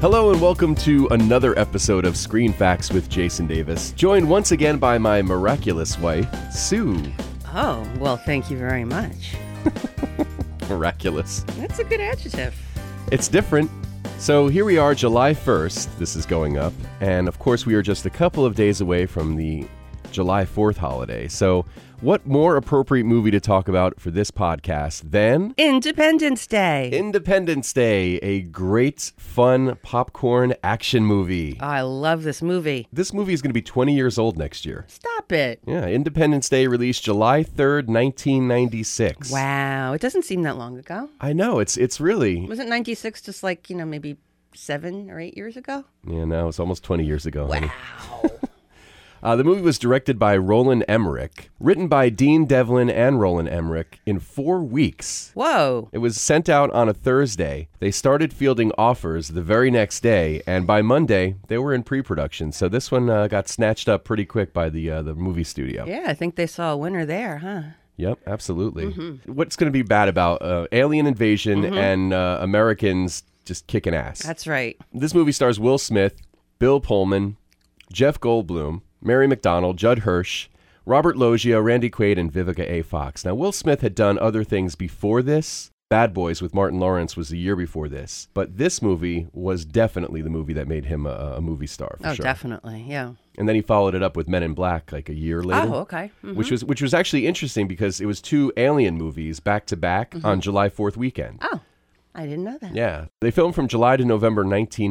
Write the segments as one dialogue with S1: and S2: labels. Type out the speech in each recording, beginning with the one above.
S1: Hello and welcome to another episode of Screen Facts with Jason Davis, joined once again by my miraculous wife, Sue.
S2: Oh, well, thank you very much.
S1: Miraculous.
S2: That's a good adjective.
S1: It's different. So here we are, July 1st. This is going up. And of course, we are just a couple of days away from the July 4th holiday. So, what more appropriate movie to talk about for this podcast than
S2: Independence Day.
S1: Independence Day, a great, fun popcorn action movie?
S2: I love this movie.
S1: This movie is going to be 20 years old next year.
S2: Stop it.
S1: Yeah, Independence Day released July 3rd, 1996.
S2: Wow. It doesn't seem that long ago.
S1: I know, it's it's really,
S2: Wasn't 96 just like, you know, maybe seven or eight years ago?
S1: you know, it's almost 20 years ago, honey.
S2: Wow.
S1: Uh, the movie was directed by Roland Emmerich, written by Dean Devlin and Roland Emmerich in four weeks.
S2: Whoa.
S1: It was sent out on a Thursday. They started fielding offers the very next day, and by Monday they were in pre-production. So this one uh, got snatched up pretty quick by the uh, the movie studio.
S2: Yeah, I think they saw a winner there, huh?
S1: Yep, absolutely.
S2: Mm-hmm.
S1: What's going to be bad about uh, alien invasion and uh, Americans just kicking ass?
S2: That's right.
S1: This movie stars Will Smith, Bill Pullman, Jeff Goldblum, Mary McDonald, Judd Hirsch, Robert Loggia, Randy Quaid, and Vivica A. Fox. Now, Will Smith had done other things before this. Bad Boys with Martin Lawrence was the year before this, but this movie was definitely the movie that made him a, a movie star for
S2: Oh,
S1: sure.
S2: definitely. Yeah.
S1: and then he followed it up with Men in Black like a year later
S2: Oh, okay. Mm.
S1: which was which was actually interesting because it was two Alien movies back to back
S2: Mm-hmm.
S1: on July 4th weekend.
S2: Oh, I didn't know that.
S1: Yeah, they filmed from July to November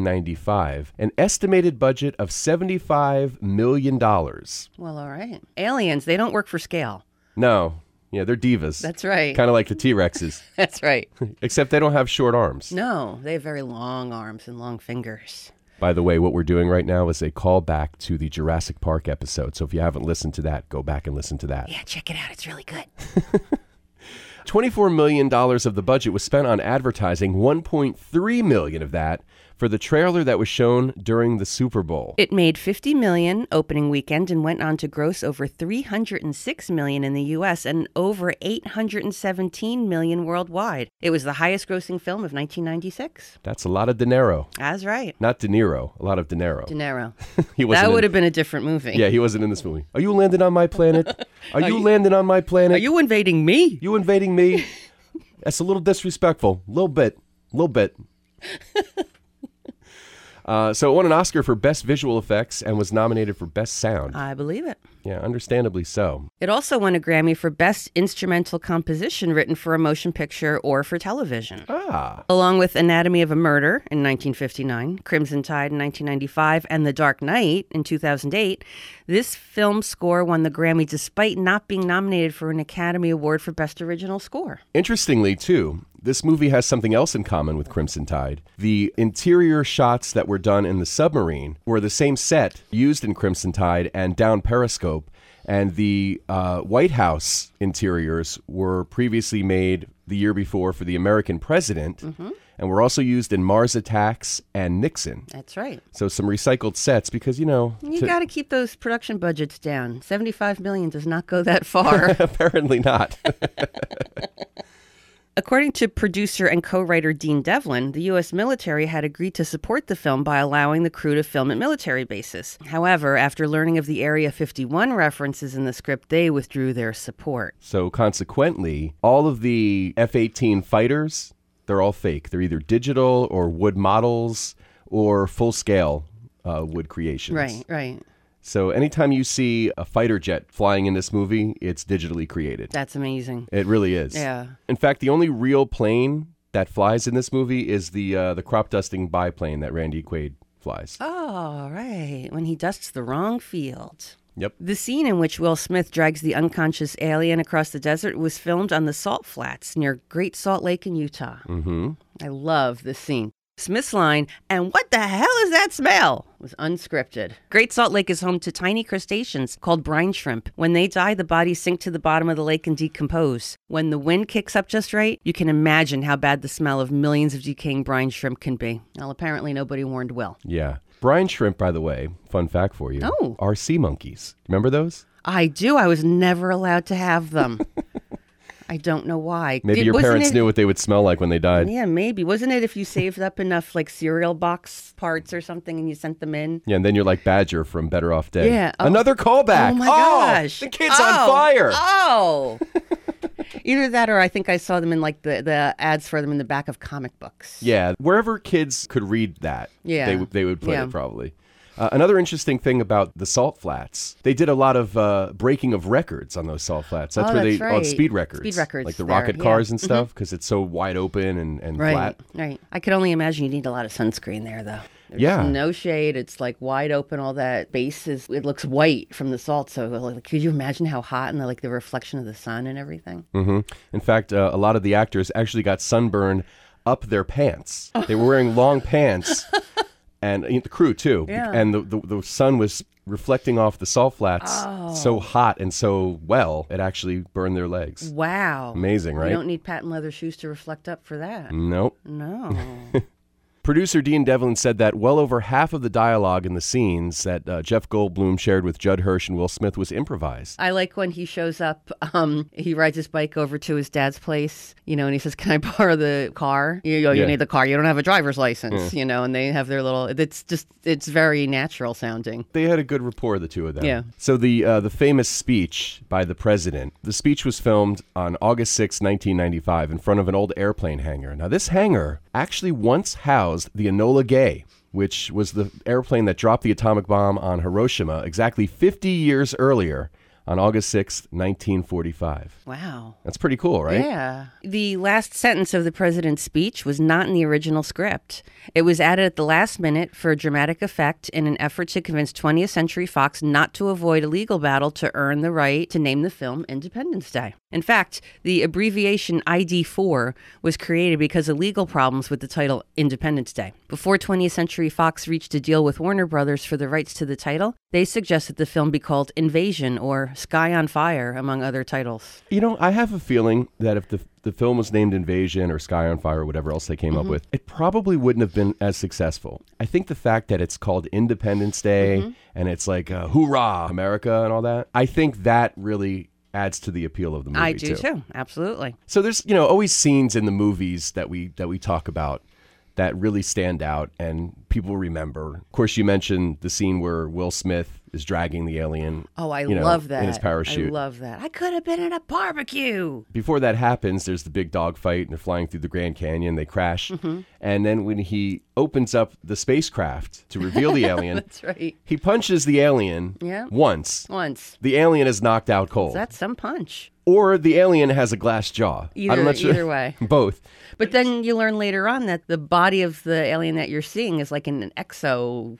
S1: 1995, an estimated budget of 75 million dollars.
S2: Well, all right. Aliens, they don't work for scale.
S1: No, yeah, they're divas.
S2: That's right.
S1: kind of like the T-Rexes,
S2: That's right.
S1: except they don't have short arms.
S2: No, they have very long arms and long fingers.
S1: By the way, what we're doing right now is a callback to the Jurassic Park episode. So if you haven't listened to that, go back and listen to that.
S2: Yeah, check it out. It's really good.
S1: $24 million of the budget was spent on advertising, $1.3 million of that for the trailer that was shown during the Super Bowl.
S2: It made 50 million opening weekend and went on to gross over 306 million in the US and over 817 million worldwide. It was the highest grossing film of 1996.
S1: That's a lot of dinero.
S2: That's right.
S1: Not De Niro, a lot of dinero.
S2: De Niro.
S1: He
S2: That
S1: in-
S2: would have been a different movie.
S1: Yeah, he wasn't in this movie. Are you landing on my planet? Are you landing on my
S2: Are
S1: planet?
S2: you invading me?
S1: You invading me? That's a little disrespectful. Little bit. Little bit. Uh, so it won an Oscar for Best Visual Effects and was nominated for Best Sound.
S2: I believe it.
S1: Yeah, understandably so.
S2: It also won a Grammy for Best Instrumental Composition written for a motion picture or for television.
S1: Ah.
S2: Along with Anatomy of a Murder in 1959, Crimson Tide in 1995, and The Dark Knight in 2008, this film score won the Grammy despite not being nominated for an Academy Award for Best Original Score.
S1: Interestingly, too, this movie has something else in common with Crimson Tide. The interior shots that were done in the submarine were the same set used in Crimson Tide and Down Periscope, and the uh, White House interiors were previously made the year before for the American president, and were also used in Mars Attacks and Nixon.
S2: That's right.
S1: So some recycled sets because you know
S2: You got to keep those production budgets down. 75 million does not go that far.
S1: apparently not.
S2: According to producer and co writer Dean Devlin, the U.S. military had agreed to support the film by allowing the crew to film at military bases. However, after learning of the Area 51 references in the script, they withdrew their support.
S1: So consequently, all of the F 18 fighters, they're all fake. They're either digital or wood models or full scale uh, wood creations.
S2: Right, right.
S1: So anytime you see a fighter jet flying in this movie, it's digitally created.
S2: That's amazing.
S1: It really is.
S2: Yeah.
S1: In fact, the only real plane that flies in this movie is the uh, the crop dusting biplane that Randy Quaid flies.
S2: Oh. All right. When he dusts the wrong field.
S1: Yep.
S2: The scene in which Will Smith drags the unconscious alien across the desert was filmed on the salt flats near Great Salt Lake in Utah.
S1: Mm-hmm.
S2: I love this scene. Smith's line, and what the hell is that smell? was unscripted. Great Salt Lake is home to tiny crustaceans called brine shrimp. When they die, the bodies sink to the bottom of the lake and decompose. When the wind kicks up just right, you can imagine how bad the smell of millions of decaying brine shrimp can be. Well, apparently nobody warned Will.
S1: Yeah. Brine shrimp, by the way, fun fact for you,
S2: Oh.
S1: are sea monkeys. Remember those?
S2: I do. I was never allowed to have them. I I don't know why.
S1: Maybe
S2: Did-
S1: your
S2: wasn't
S1: parents
S2: it-
S1: knew what they would smell like when they died. Yeah.
S2: Yeah, maybe. Wasn't it if you saved up enough like cereal box parts or something and you sent them in?
S1: and then you're like Badger from Better Off Dead.
S2: Yeah, oh.
S1: Another callback.
S2: Oh my gosh.
S1: The kid's
S2: Oh,
S1: on fire.
S2: Oh. Either that or I think I saw them in like the, the ads for them in the back of comic books.
S1: Yeah, wherever kids could read that,
S2: Yeah.
S1: they, would- they would play
S2: Yeah.
S1: it probably. Uh, another interesting thing about the salt flats, they did a lot of uh, breaking of records on those salt flats. That's
S2: Oh,
S1: where
S2: that's
S1: they on
S2: right.
S1: speed records,
S2: Speed records
S1: like the
S2: there,
S1: rocket
S2: yeah. Mm-hmm.
S1: cars and stuff, because it's so wide open and, and
S2: Right.
S1: flat.
S2: Right. I could only imagine you need a lot of sunscreen there though. There's
S1: Yeah.
S2: No shade. It's like wide open. All that base is it looks white from the salt. So like, could you imagine how hot and the, like the reflection of the sun and everything?
S1: hmm In fact, uh, a lot of the actors actually got sunburn up their pants. They were wearing long pants, and uh, the crew too.
S2: Yeah.
S1: And the, the the sun was reflecting off the salt flats
S2: Oh.
S1: so hot and so well, it actually burned their legs.
S2: Wow.
S1: Amazing,
S2: You
S1: right?
S2: Mm.
S1: Hmm. Mm,
S2: don't need patent leather shoes to reflect up for that.
S1: Nope.
S2: No.
S1: Producer Dean Devlin said that well over half of the dialogue in the scenes that uh, Jeff Goldblum shared with Judd Hirsch and Will Smith was improvised.
S2: I like when he shows up. Um, he rides his bike over to his dad's place, you know, and he says, "Can I borrow the car?" You go, "You
S1: Yeah.
S2: need the car. You don't have a driver's license," you know. And they have their little. It's just it's very natural sounding.
S1: They had a good rapport, the two of them.
S2: Yeah.
S1: So the uh, the famous speech by the president. The speech was filmed on August 6, 1995, in front of an old airplane hangar. Now this hangar actually once housed the Enola Gay, which was the airplane that dropped the atomic bomb on Hiroshima exactly 50 years earlier on August 6, 1945.
S2: Wow.
S1: That's pretty cool, right?
S2: Yeah. The last sentence of the president's speech was not in the original script. It was added at the last minute for dramatic effect in an effort to convince 20th Century Fox not to avoid a legal battle to earn the right to name the film Independence Day. In fact, the abbreviation ID4 was created because of legal problems with the title Independence Day. Before 20th Century Fox reached a deal with Warner Brothers for the rights to the title, they suggested the film be called Invasion or Sky on Fire, among other titles.
S1: You know, I have a feeling that if the the film was named Invasion or Sky on Fire or whatever else they
S2: Mm-hmm.
S1: came up with, it probably wouldn't have been as successful. I think the fact that it's called Independence Day
S2: Mm-hmm.
S1: and it's like uh, hoorah America and all that, I think that really adds to the appeal of the movie
S2: I do too. Absolutely.
S1: So there's you know always scenes in the movies that we that we talk about that really stand out and people remember. Of course, you mentioned the scene where Will Smith is dragging the alien.
S2: Oh, I
S1: you know,
S2: love that.
S1: in his parachute.
S2: I love that. I could have been at a barbecue.
S1: before that happens, there's the big dog fight, and they're flying through the Grand Canyon. They crash,
S2: Mm-hmm.
S1: and then when he opens up the spacecraft to reveal the alien,
S2: That's right.
S1: he punches the alien
S2: Yeah.
S1: once.
S2: Once.
S1: The alien is knocked out cold,
S2: That's some punch.
S1: or the alien has a glass jaw.
S2: Either-
S1: I'm not sure.
S2: either way.
S1: both.
S2: But then you learn later on that the body of the alien that you're seeing is like an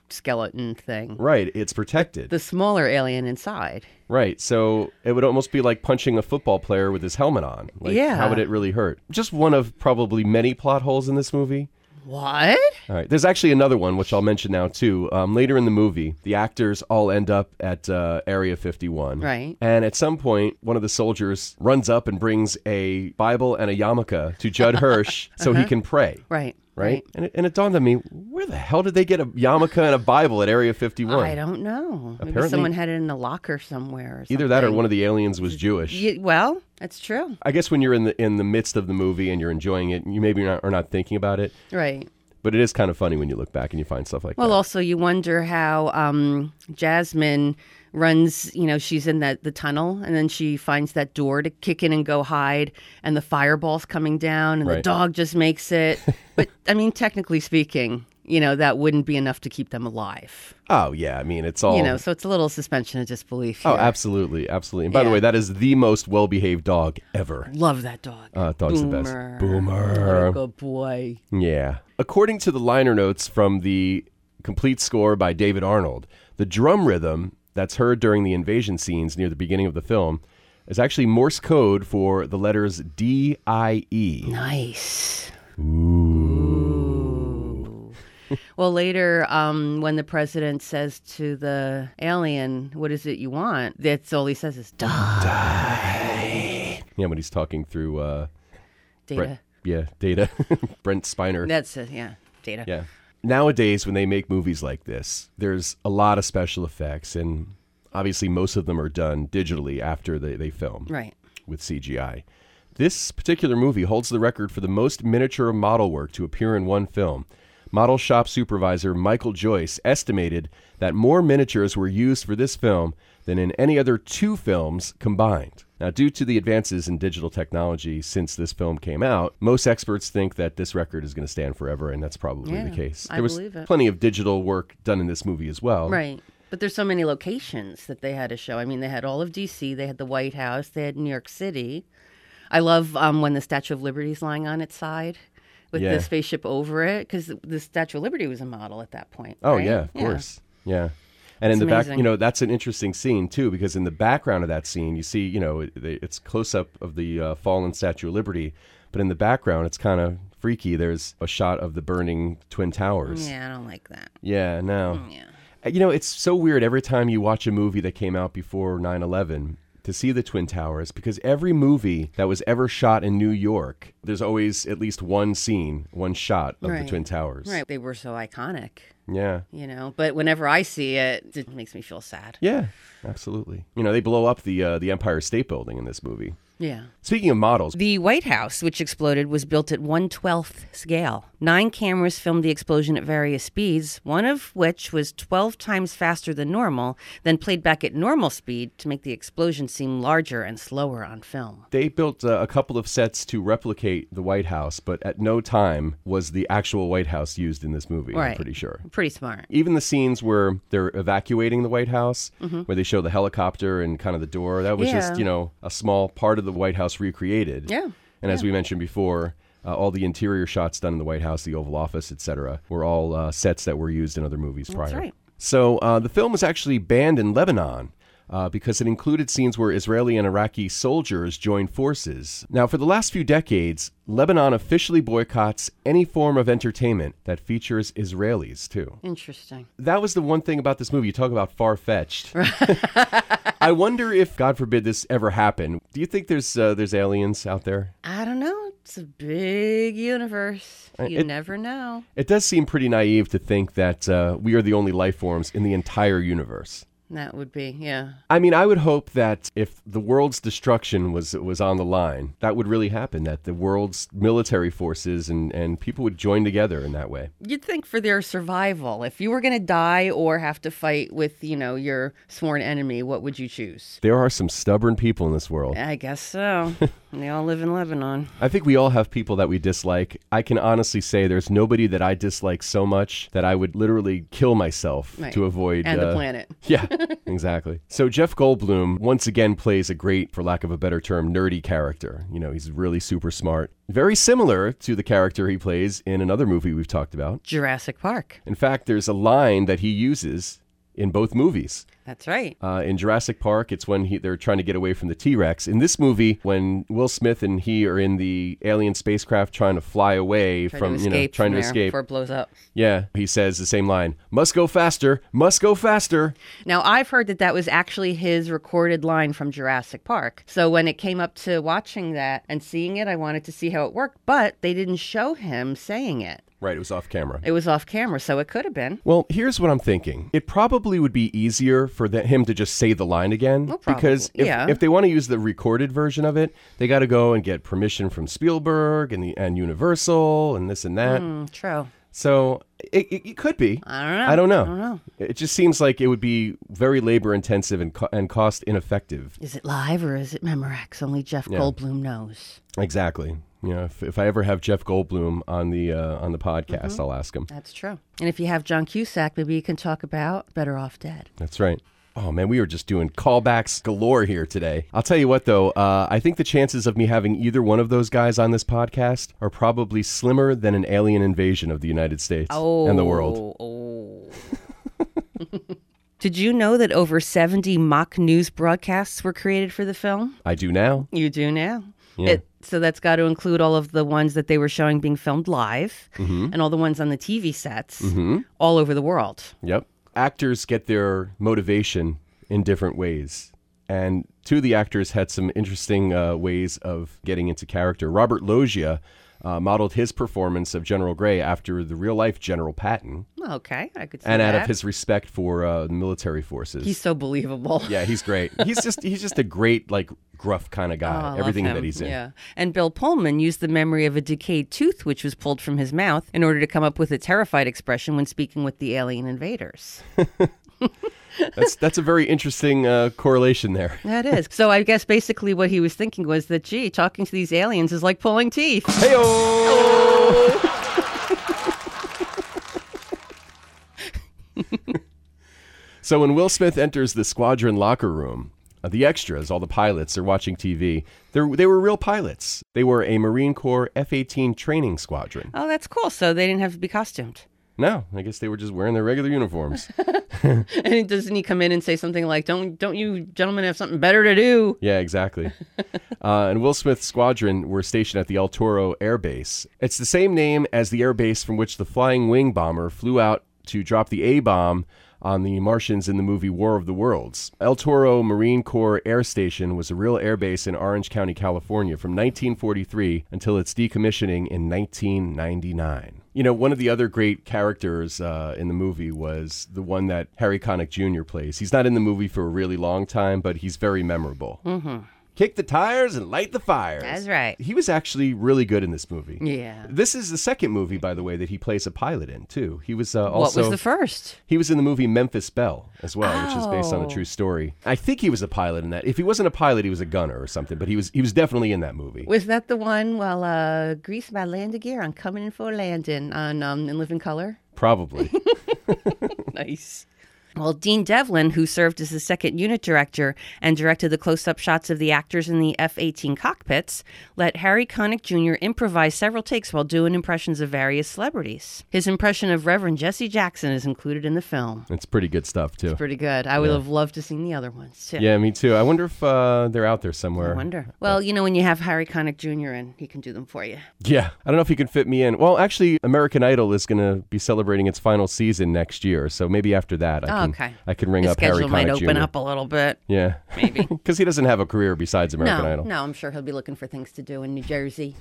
S2: exoskeleton thing.
S1: Right, it's protected.
S2: The smaller alien inside.
S1: Right. So it would almost be like punching a football player with his helmet on. Like,
S2: Yeah.
S1: How would it really hurt? Just one of probably many plot holes in this movie.
S2: What?
S1: All right. There's actually another one which I'll mention now too. Um, later in the movie, the actors all end up at uh, Area 51.
S2: Right.
S1: And at some point, one of the soldiers runs up and brings a Bible and a yarmulke to Judd Hirsch so he can pray.
S2: Uh-huh. Right.
S1: Right. And, it, and it dawned on me, where the hell did they get a yarmulke and a Bible at Area 51?
S2: I don't know. Maybe
S1: Apparently-
S2: someone had it in a locker somewhere. Or
S1: Either that or one of the aliens was Jewish.
S2: something. Ye- well, that's true.
S1: I guess when you're in the in the midst of the movie and you're enjoying it, you maybe not, are not thinking about it,
S2: Right.
S1: but it is kind of funny when you look back and you find stuff like
S2: Well, also you wonder how um, Jasmine runs. You know, she's in that the tunnel, and then she finds that door to kick in and go hide, and the fireball's coming down, and the
S1: Right.
S2: dog just makes it. but I mean, technically speaking, you know, that wouldn't be enough to keep them alive.
S1: that. Oh yeah, I mean it's all
S2: You know, so it's a little suspension of disbelief. Here.
S1: Oh, absolutely, absolutely. And by the
S2: Yeah.
S1: way, that is the most well-behaved dog ever.
S2: love that dog.
S1: Uh, dog's the
S2: Boomer.
S1: best.
S2: What a
S1: Boomer.
S2: good boy.
S1: Yeah. According to the liner notes from the complete score by David Arnold, the drum rhythm that's heard during the invasion scenes near the beginning of the film is actually Morse code for the letters D I E.
S2: Nice. Ooh. well, later, um, when the president says to the alien, "What is it you want?" That's all he says is "Duh."
S1: Yeah, when he's talking through uh,
S2: Data.
S1: Brent, yeah, Data, Brent Spiner.
S2: That's it. Yeah, data.
S1: Yeah. Nowadays, when they make movies like this, there's a lot of special effects, and obviously, most of them are done digitally after they, they film
S2: Right.
S1: with CGI. This particular movie holds the record for the most miniature model work to appear in one film. Model shop supervisor Michael Joyce estimated that more miniatures were used for this film than in any other two films combined. Now, due to the advances in digital technology since this film came out, most experts think that this record is going to stand forever, and that's probably
S2: Yeah,
S1: the case.
S2: I
S1: There was
S2: believe it.
S1: plenty of digital work done in this movie as well.
S2: Right. But there's so many locations that they had to show. I mean, they had all of D.C., they had the White House, they had New York City. I love um, when the Statue of Liberty is lying on its side with
S1: Yeah.
S2: the spaceship over it because the Statue of Liberty was a model at that point.
S1: Oh
S2: right?
S1: yeah, of course. Yeah. And in
S2: It's
S1: the back,
S2: amazing.
S1: you know, that's an interesting scene too, because in the background of that scene, you see, you know, it, they- it's close up of the uh, fallen Statue of Liberty, but in the background, it's kind of freaky. There's a shot of the burning twin towers.
S2: Yeah, I don't like that.
S1: Yeah, no.
S2: Yeah.
S1: Uh, You know, it's so weird every time you watch a movie that came out before 9/11 to see the twin towers because every movie that was ever shot in New York, there's always at least one scene, one shot of
S2: Right.
S1: the twin towers.
S2: Right. They were so iconic,
S1: Yeah.
S2: you know. But whenever I see it, it makes me feel sad.
S1: Yeah, absolutely. You know, they blow up the uh, the Empire State Building in this movie.
S2: Yeah.
S1: Speaking of models,
S2: The White House, which exploded, was built at 112th scale. Nine cameras filmed the explosion at various speeds, one of which was 12 times faster than normal, then played back at normal speed to make the explosion seem larger and slower on film.
S1: they built uh, a couple of sets to replicate the White House, but at no time was the actual White House used in this movie. I'm
S2: Right.
S1: pretty sure.
S2: Pretty smart.
S1: Even the scenes where they're evacuating the White House, where they show the helicopter and kind of the door, that was
S2: Mm-hmm. Yeah.
S1: just you know a small part of the White House recreated.
S2: Yeah.
S1: And as we mentioned before, uh, all the interior shots done in the White House, the Oval Office, etc., were all uh, sets that were used in other movies prior.
S2: right.
S1: So uh, the film was actually banned in Lebanon. Uh, because it included scenes where Israeli and Iraqi soldiers joined forces. Now, for the last few decades, Lebanon officially boycotts any form of entertainment that features Israelis, too.
S2: Interesting.
S1: That was the one thing about this movie. You talk about far fetched. I wonder if, God forbid, this ever happened. Do you think there's uh, there's aliens out there?
S2: I don't know. It's a big universe. You
S1: it-
S2: never know.
S1: It does seem pretty naive to think that uh, we are the only life forms in the entire universe.
S2: That would be, yeah.
S1: I mean, I would hope that if the world's destruction was was on the line, that would really happen. That the world's military forces and, and people would join together in that way.
S2: You'd think for their survival, if you were going to die or have to fight with, you know, your sworn enemy, what would you choose?
S1: There are some stubborn people in this world.
S2: I guess so. they all live in Lebanon.
S1: I think we all have people that we dislike. I can honestly say there's nobody that I dislike so much that I would literally kill myself
S2: Right.
S1: to avoid
S2: And the
S1: uh,
S2: planet.
S1: Yeah, exactly. So Jeff Goldblum once again plays a great, for lack of a better term, nerdy character. You know, he's really super smart. Very similar to the character he plays in another movie we've talked about.
S2: Jurassic Park.
S1: In fact, there's a line that he uses in both movies.
S2: That's right.
S1: Uh, in Jurassic Park, it's when he, they're trying to get away from the T Rex. In this movie, when Will Smith and he are in the alien spacecraft trying to fly away
S2: Trying
S1: from,
S2: to
S1: you know,
S2: escape
S1: trying to
S2: from there
S1: escape.
S2: before it blows up.
S1: yeah, he says the same line must go faster, must go faster.
S2: Now, I've heard that that was actually his recorded line from Jurassic Park. So when it came up to watching that and seeing it, I wanted to see how it worked, but they didn't show him saying it.
S1: Right, it was off camera.
S2: It was off camera, so it could have been.
S1: Well, here's what I'm thinking. It probably would be easier for the, him to just say the line again
S2: probably,
S1: because if,
S2: yeah.
S1: if they want to use the recorded version of it, they got to go and get permission from Spielberg and the and Universal and this and that.
S2: Mm, true.
S1: So it, it, it could be.
S2: I don't know.
S1: I don't know.
S2: I don't know.
S1: It just seems like it would be very labor intensive and co- and cost ineffective.
S2: Is it live or is it Memorex? Only Jeff Goldblum knows.
S1: Exactly. You know, if, if I ever have Jeff Goldblum on the uh, on the podcast,
S2: Mm-hmm.
S1: I'll ask him.
S2: That's true. And if you have John Cusack, maybe you can talk about Better Off Dead.
S1: That's right. Oh man, we were just doing callbacks galore here today. I'll tell you what though, uh, I think the chances of me having either one of those guys on this podcast are probably slimmer than an alien invasion of the United States and the world.
S2: Oh. Did you know that over 70 mock news broadcasts were created for the film?
S1: I do now.
S2: You do now.
S1: Yeah.
S2: It, so that's got to include all of the ones that they were showing being filmed live
S1: Mm-hmm.
S2: and all the ones on the TV sets all over the world.
S1: Yep. Actors get their motivation in different ways. And two of the actors had some interesting uh, ways of getting into character. Robert Loggia uh, modeled his performance of General Gray after the real life General Patton,
S2: Okay, I could see
S1: and
S2: that.
S1: out of his respect for uh, military forces.
S2: He's so believable.
S1: yeah, he's great. He's just he's just a great like gruff kind of
S2: Oh, I
S1: guy.
S2: love
S1: Everything
S2: him.
S1: that he's in.
S2: Yeah. And Bill Pullman used the memory of a decayed tooth which was pulled from his mouth in order to come up with a terrified expression when speaking with the alien invaders.
S1: That's that's a very interesting uh, correlation there.
S2: That is. so I guess basically what he was thinking was that, gee, talking to these aliens is like pulling teeth.
S1: Heyo! so when Will Smith enters the squadron locker room, uh, the extras, all the pilots, are watching TV. They're, they were real pilots. They were a Marine Corps F 18 training squadron.
S2: Oh, that's cool. So they didn't have to be costumed.
S1: No, I guess they were just wearing their regular uniforms.
S2: And doesn't he come in and say something like, "Don't don't you gentlemen have something better to do?"
S1: Yeah, exactly. uh, and Will Smith's squadron were stationed at the El Toro Air Base. It's the same name as the air base from which the Flying Wing bomber flew out to drop the A bomb on the Martians in the movie War of the Worlds. El Toro Marine Corps Air Station was a real air base in Orange County, California from 1943 until its decommissioning in 1999. You know, one of the other great characters uh, in the movie was the one that Harry Connick Jr. plays. He's not in the movie for a really long time, but he's very memorable. Kick the tires and light the fires.
S2: That's right.
S1: He was actually really good in this movie.
S2: Yeah.
S1: This is the second movie, by the way, that he plays a pilot in too. He was uh,
S2: what
S1: also
S2: was the first?
S1: he was in the movie Memphis Belle as well, which is based on a
S2: Oh.
S1: true story. I think he was a pilot in that. If he wasn't a pilot, he was a gunner or something. But he was he was definitely in that movie.
S2: Was that the one? Well, uh, Grease by Land Gear on Coming in for Landing on um, In Living Color.
S1: Probably.
S2: Nice. Well, Dean Devlin, who served as the second unit director and directed the close up shots of the actors in the F 18 cockpits, let Harry Connick Jr. improvise several takes while doing impressions of various celebrities. His impression of Reverend Jesse Jackson is included in the film.
S1: it's pretty good stuff too.
S2: Pretty good. I would have loved to seen the other ones too.
S1: Yeah, me too. I wonder if uh, they're out there somewhere.
S2: I wonder. Well, you know, when you have Harry Connick Jr. and he can do them for you.
S1: Yeah, I don't know if you can fit me in. Well, actually, American Idol is going to be celebrating its final season next year, so maybe after that, I
S2: Oh,
S1: can
S2: okay.
S1: I can ring
S2: His
S1: up Harry
S2: schedule might
S1: Connick
S2: open
S1: Jr.
S2: up a little bit.
S1: Yeah, maybe because he doesn't have a career besides American
S2: no,
S1: Idol.
S2: no, I'm sure he'll be looking for things to do in New Jersey.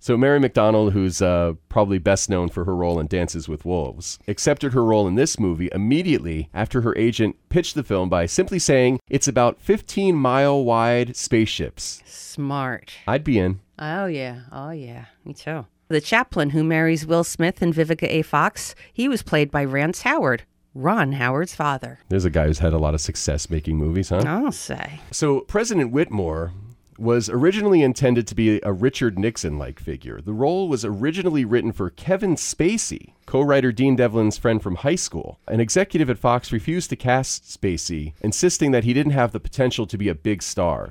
S1: So Mary McDonnell, who's uh, probably best known for her role in Dances with Wolves, accepted her role in this movie immediately after her agent pitched the film by simply saying it's about 15 mile wide spaceships.
S2: Smart.
S1: I'd be in.
S2: Oh, yeah. Oh, yeah. Me too. The chaplain who marries Will Smith and Vivica A. Fox, he was played by Rance Howard, Ron Howard's father.
S1: There's a guy who's had a lot of success making movies, huh?
S2: I'll say.
S1: So, President Whitmore was originally intended to be a Richard Nixon like figure. The role was originally written for Kevin Spacey, co writer Dean Devlin's friend from high school. An executive at Fox refused to cast Spacey, insisting that he didn't have the potential to be a big star.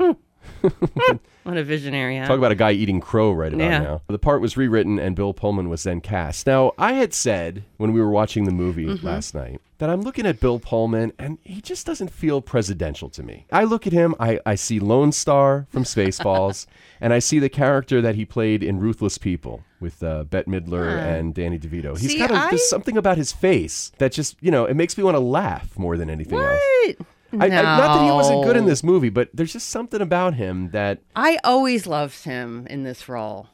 S2: What a visionary, huh?
S1: Talk about a guy eating crow right about
S2: Yeah.
S1: now. The part was rewritten and Bill Pullman was then cast. Now, I had said when we were watching the movie
S2: Mm-hmm.
S1: last night that I'm looking at Bill Pullman and he just doesn't feel presidential to me. I look at him, I, I see Lone Star from Spaceballs, and I see the character that he played in Ruthless People with uh, Bette Midler and Danny DeVito. He's
S2: See,
S1: got a,
S2: I-
S1: there's something about his face that just, you know, it makes me want to laugh more than anything else.
S2: What?
S1: I, I, not that he wasn't good in
S2: No.
S1: this movie, but there's just something about him that
S2: I always loved him in this role.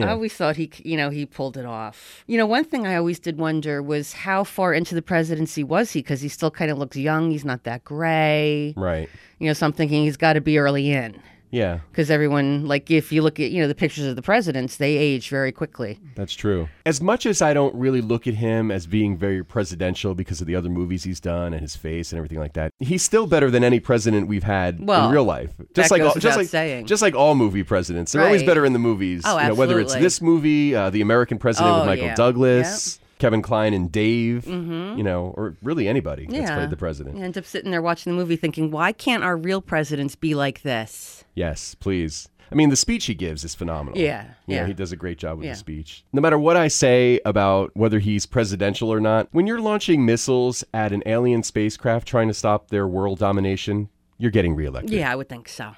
S2: I always thought he, c- you know, he pulled it off. You know, one thing I always did wonder was how far into the presidency was he? Because he still kind of looks young. He's not that gray.
S1: right.
S2: You know, so I'm thinking he's got to be early in.
S1: Yeah,
S2: because everyone like if you look at you know the pictures of the presidents they age very quickly
S1: That's true. As much as I don't really look at him as being very presidential because of the other movies he's done and his face and everything like that, he's still better than any president we've had
S2: Well,
S1: in real life. Just
S2: that
S1: like
S2: goes
S1: all, just
S2: without
S1: like
S2: saying.
S1: just like all movie presidents, they're always
S2: Right.
S1: better in the movies.
S2: Oh,
S1: you know, whether it's
S2: absolutely.
S1: this movie, uh, the American President with
S2: Oh,
S1: Michael
S2: yeah. Mm-hmm.
S1: Douglas, Kevin Kline and Dave, you know, or really anybody that's
S2: Yeah.
S1: played the president.
S2: you end up sitting there watching the movie thinking why can't our real presidents be like this
S1: Yes, please. I mean, the speech he gives is phenomenal.
S2: Yeah,
S1: You know,
S2: yeah.
S1: he does a great job with
S2: Yeah.
S1: the speech. No matter what I say about whether he's presidential or not, when you're launching missiles at an alien spacecraft trying to stop their world domination, you're getting reelected.
S2: yeah i would think so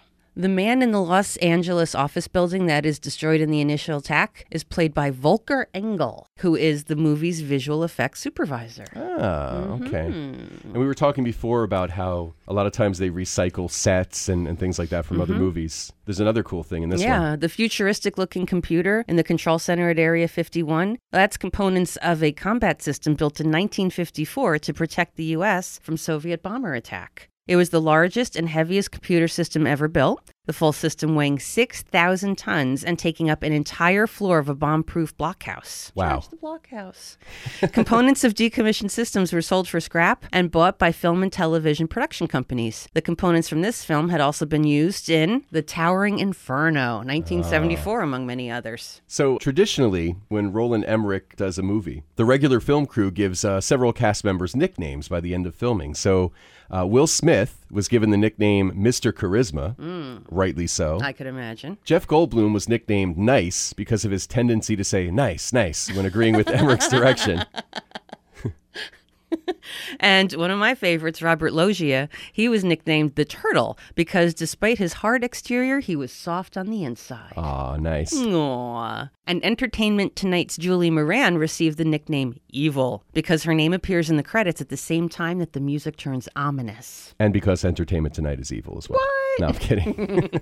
S2: The man in the Los Angeles office building that is destroyed in the initial attack is played by Volker Engel, who is the movie's visual effects supervisor. Mm-hmm.
S1: Ah, okay. And we were talking before about how a lot of times they recycle sets and, and things like that from other movies. There's another cool thing in this one.
S2: Mm-hmm. yeah, the futuristic looking computer in the control center at Area 51. That's components of a combat system built in 1954 to protect the U.S. from Soviet bomber attack. It was the largest and heaviest computer system ever built, the full system weighing 6,000 tons and taking up an entire floor of a bomb proof blockhouse.
S1: Wow.
S2: Charge the blockhouse. Components of decommissioned systems were sold for scrap and bought by film and television production companies. The components from this film had also been used in The Towering Inferno, 1974, among many others.
S1: So traditionally, when Roland Emmerich does a movie, the regular film crew gives uh, several cast members nicknames by the end of filming. So uh, Will Smith was given the nickname Mr. Charisma, rightly so.
S2: I could imagine.
S1: Jeff Goldblum was nicknamed Nice because of his tendency to say nice, nice when agreeing with Emmerich's direction.
S2: And one of my favorites, Robert Loggia, he was nicknamed The Turtle because despite his hard exterior, he was soft on the inside.
S1: Ah, nice.
S2: Aww. And Entertainment Tonight's Julie Moran received the nickname Evil because her name appears in the credits at the same time that the music turns ominous.
S1: And because Entertainment Tonight is evil as well. No, I'm kidding.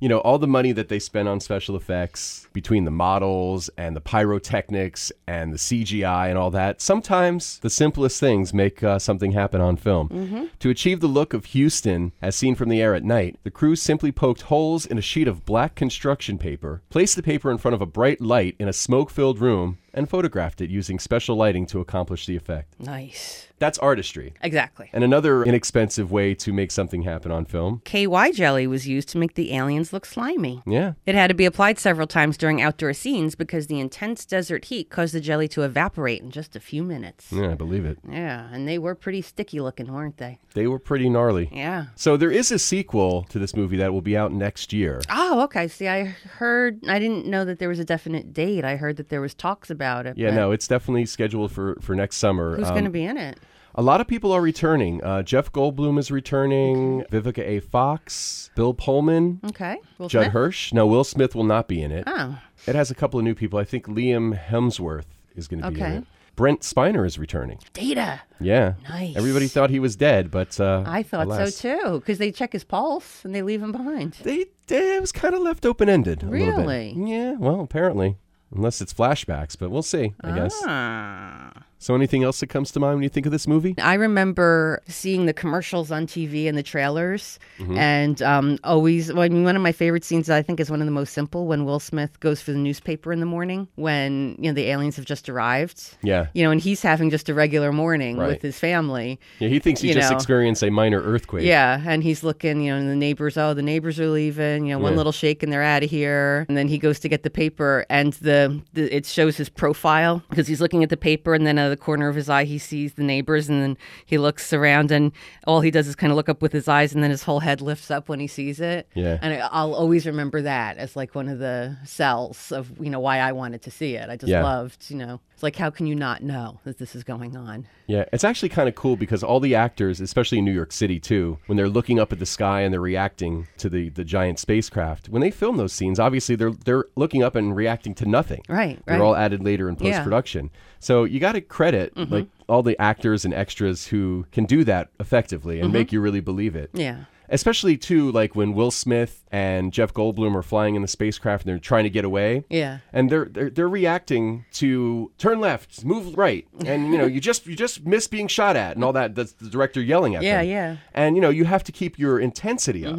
S1: you know, all the money that they spend on special effects between the models and the pyrotechnics and the CGI and all that, sometimes the simplest things make uh, something happen on film. To achieve the look of Houston as seen from the air at night, the crew simply poked holes in a sheet of black construction paper, placed the paper in front of a bright light in a smoke filled room, and photographed it using special lighting to accomplish the effect.
S2: Nice.
S1: That's artistry.
S2: Exactly.
S1: And another inexpensive way to make something happen on film.
S2: KY jelly was used to make the aliens look slimy.
S1: Yeah.
S2: It had to be applied several times during outdoor scenes because the intense desert heat caused the jelly to evaporate in just a few minutes.
S1: Yeah, I believe it.
S2: Yeah, and they were pretty sticky looking, weren't they?
S1: They were pretty gnarly.
S2: Yeah.
S1: So there is a sequel to this movie that will be out next year.
S2: Oh, okay. See, I heard, I didn't know that there was a definite date. I heard that there was talks about it.
S1: Yeah,
S2: but
S1: no, it's definitely scheduled for, for next summer.
S2: Who's
S1: Um,
S2: going to be in it?
S1: a lot of people are returning. Uh, Jeff Goldblum is returning, Vivica A. Fox, Bill Pullman,
S2: Okay. Mm-hmm. Will
S1: Judd
S2: Smith?
S1: Hirsch. No, Will Smith will not be in it.
S2: Oh,
S1: It has a couple of new people. I think Liam Hemsworth is going to be
S2: Okay.
S1: in it. Brent Spiner is returning.
S2: data.
S1: Yeah.
S2: Nice.
S1: Everybody thought he was dead, but uh,
S2: I thought
S1: alas.
S2: so too, because they check his pulse and they leave him behind.
S1: They, they it was kind of left open ended.
S2: Really?
S1: Yeah. Well, apparently, unless it's flashbacks, but we'll see. I guess.
S2: Ah.
S1: So, anything else that comes to mind when you think of this movie?
S2: I remember seeing the commercials on TV and the trailers,
S1: Mm-hmm.
S2: and um, always. Well, I mean, one of my favorite scenes that I think is one of the most simple when Will Smith goes for the newspaper in the morning when you know the aliens have just arrived.
S1: Yeah.
S2: You know, and he's having just a regular morning
S1: Right.
S2: with his family.
S1: Yeah. He thinks he
S2: You
S1: just
S2: know.
S1: experienced a minor earthquake.
S2: Yeah, and he's looking, you know, and the neighbors, oh, the neighbors are leaving, you know, one
S1: Yeah.
S2: little shake and they're out of here. And then he goes to get the paper and the, the it shows his profile because he's looking at the paper and then out of the corner of his eye he sees the neighbors and then he looks around and all he does is kind of look up with his eyes and then his whole head lifts up when he sees it.
S1: Yeah.
S2: And I, I'll always remember that as like one of the cells of, you know, why I wanted to see it. I just
S1: Yeah.
S2: loved, you know, it's like how can you not know that this is going on?
S1: Yeah. It's actually kind of cool because all the actors, especially in New York City too, when they're looking up at the sky and they're reacting to the, the giant spacecraft, when they film those scenes, obviously they're they're looking up and reacting to nothing.
S2: Right,
S1: They're
S2: right.
S1: all added later in
S2: Yeah. Mm-hmm.
S1: post production. So you got to credit like all the actors and extras who can do that effectively and make you really believe it.
S2: Mm-hmm. Yeah.
S1: Especially too, like when Will Smith and Jeff Goldblum are flying in the spacecraft and they're trying to get away.
S2: Yeah.
S1: And they're, they're they're reacting to turn left, move right, and you know you just you just miss being shot at and all that. That's the director yelling at
S2: Yeah,
S1: them.
S2: yeah. Mm-hmm.
S1: And you know you have to keep your intensity up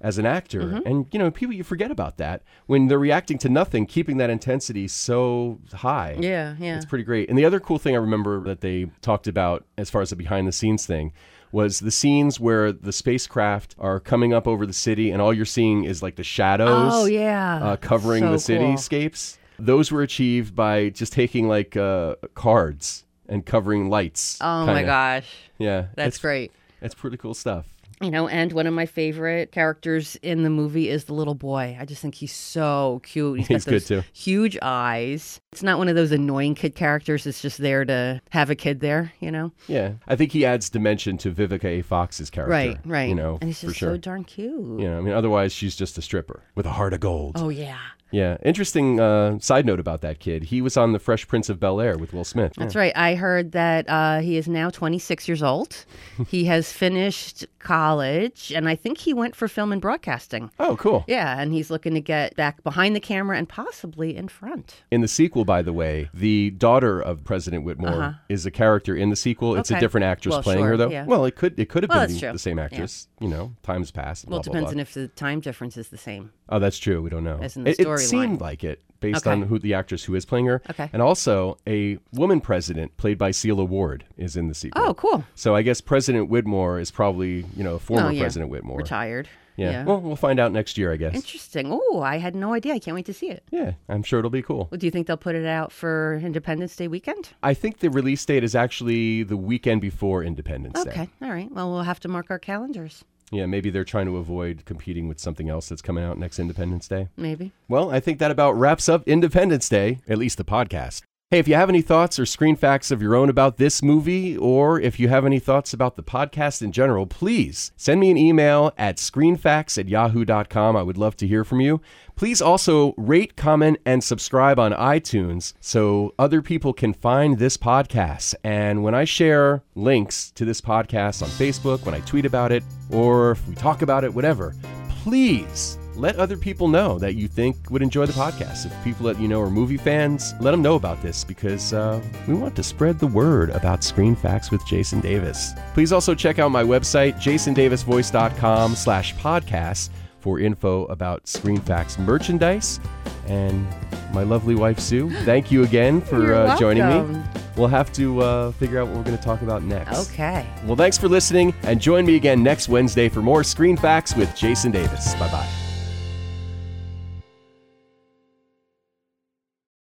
S1: as an actor, and you know people you forget about that when they're reacting to nothing, keeping that intensity so high.
S2: Yeah. Yeah.
S1: It's pretty great. And the other cool thing I remember that they talked about as far as the behind the scenes thing was the scenes where the spacecraft are coming up over the city and all you're seeing is like the shadows
S2: Oh, yeah.
S1: uh, covering
S2: So
S1: the
S2: cool.
S1: cityscapes. Those were achieved by just taking like uh, cards and covering lights.
S2: Oh my
S1: kinda.
S2: gosh.
S1: Yeah.
S2: That's
S1: it's,
S2: great.
S1: That's pretty cool stuff.
S2: You know, and one of my favorite characters in the movie is the little boy. I just think he's so cute. got
S1: He's good,
S2: those
S1: too.
S2: Huge eyes. It's not one of those annoying kid characters that's just there to have a kid there, you know?
S1: Yeah, I think he adds dimension to Vivica A. Fox's character.
S2: Right, right.
S1: You know,
S2: and he's just
S1: for sure.
S2: so darn cute.
S1: you know, I mean, otherwise she's just a stripper with a heart of gold.
S2: Oh, yeah.
S1: Yeah, interesting uh, side note about that kid. He was on The Fresh Prince of Bel Air with Will Smith.
S2: That's right. I heard that uh, he is now 26 years old. he has finished college, and I think he went for film and broadcasting.
S1: Oh, cool.
S2: Yeah, and he's looking to get back behind the camera and possibly in front.
S1: In the sequel, by the way, the daughter of President Whitmore is a character in the sequel. It's a
S2: Uh-huh. Okay.
S1: different actress
S2: Well,
S1: playing her,
S2: sure,
S1: though.
S2: yeah.
S1: Well, it could it could have
S2: Well,
S1: been
S2: that's true.
S1: the same
S2: Yeah.
S1: actress. You know, time's passed.
S2: Well, it
S1: blah,
S2: depends
S1: blah,
S2: on
S1: blah.
S2: if the time difference is the same.
S1: Oh, that's true. We don't know.
S2: As in the
S1: it, it
S2: storyline.
S1: seemed like it based
S2: Okay.
S1: on who the actress who is playing her.
S2: Okay.
S1: And also, a woman president played by Celia Ward is in the sequel.
S2: Oh, cool.
S1: So I guess President Whitmore is probably you know former
S2: Oh, yeah.
S1: President Whitmore.
S2: Retired.
S1: Yeah. Well, we'll find out next year, I guess.
S2: Interesting. Oh, I had no idea. I can't wait to see it.
S1: yeah, I'm sure it'll be cool.
S2: Well, do you think they'll put it out for Independence Day weekend?
S1: I think the release date is actually the weekend before Independence Day.
S2: Okay. All right. Well, we'll have to mark our calendars.
S1: Yeah, maybe they're trying to avoid competing with something else that's coming out next Independence Day.
S2: Maybe.
S1: Well, I think that about wraps up Independence Day, at least the podcast. Hey, if you have any thoughts or screen facts of your own about this movie, or if you have any thoughts about the podcast in general, please send me an email at screenfacts at yahoo.com. I would love to hear from you. Please also rate, comment, and subscribe on iTunes so other people can find this podcast. And when I share links to this podcast on Facebook, when I tweet about it, or if we talk about it, whatever, please let other people know that you think would enjoy the podcast. If people that you know are movie fans, let them know about this because uh, we want to spread the word about Screen Facts with Jason Davis. Please also check out my website, jasondavisvoice.com slash podcast for info about Screen Facts merchandise. And my lovely wife, Sue, thank you again for
S2: You're
S1: uh, joining me.
S2: welcome.
S1: We'll have to uh, figure out what we're going to talk about next.
S2: Okay.
S1: Well, thanks for listening, and join me again next Wednesday for more Screen Facts with Jason Davis. Bye bye.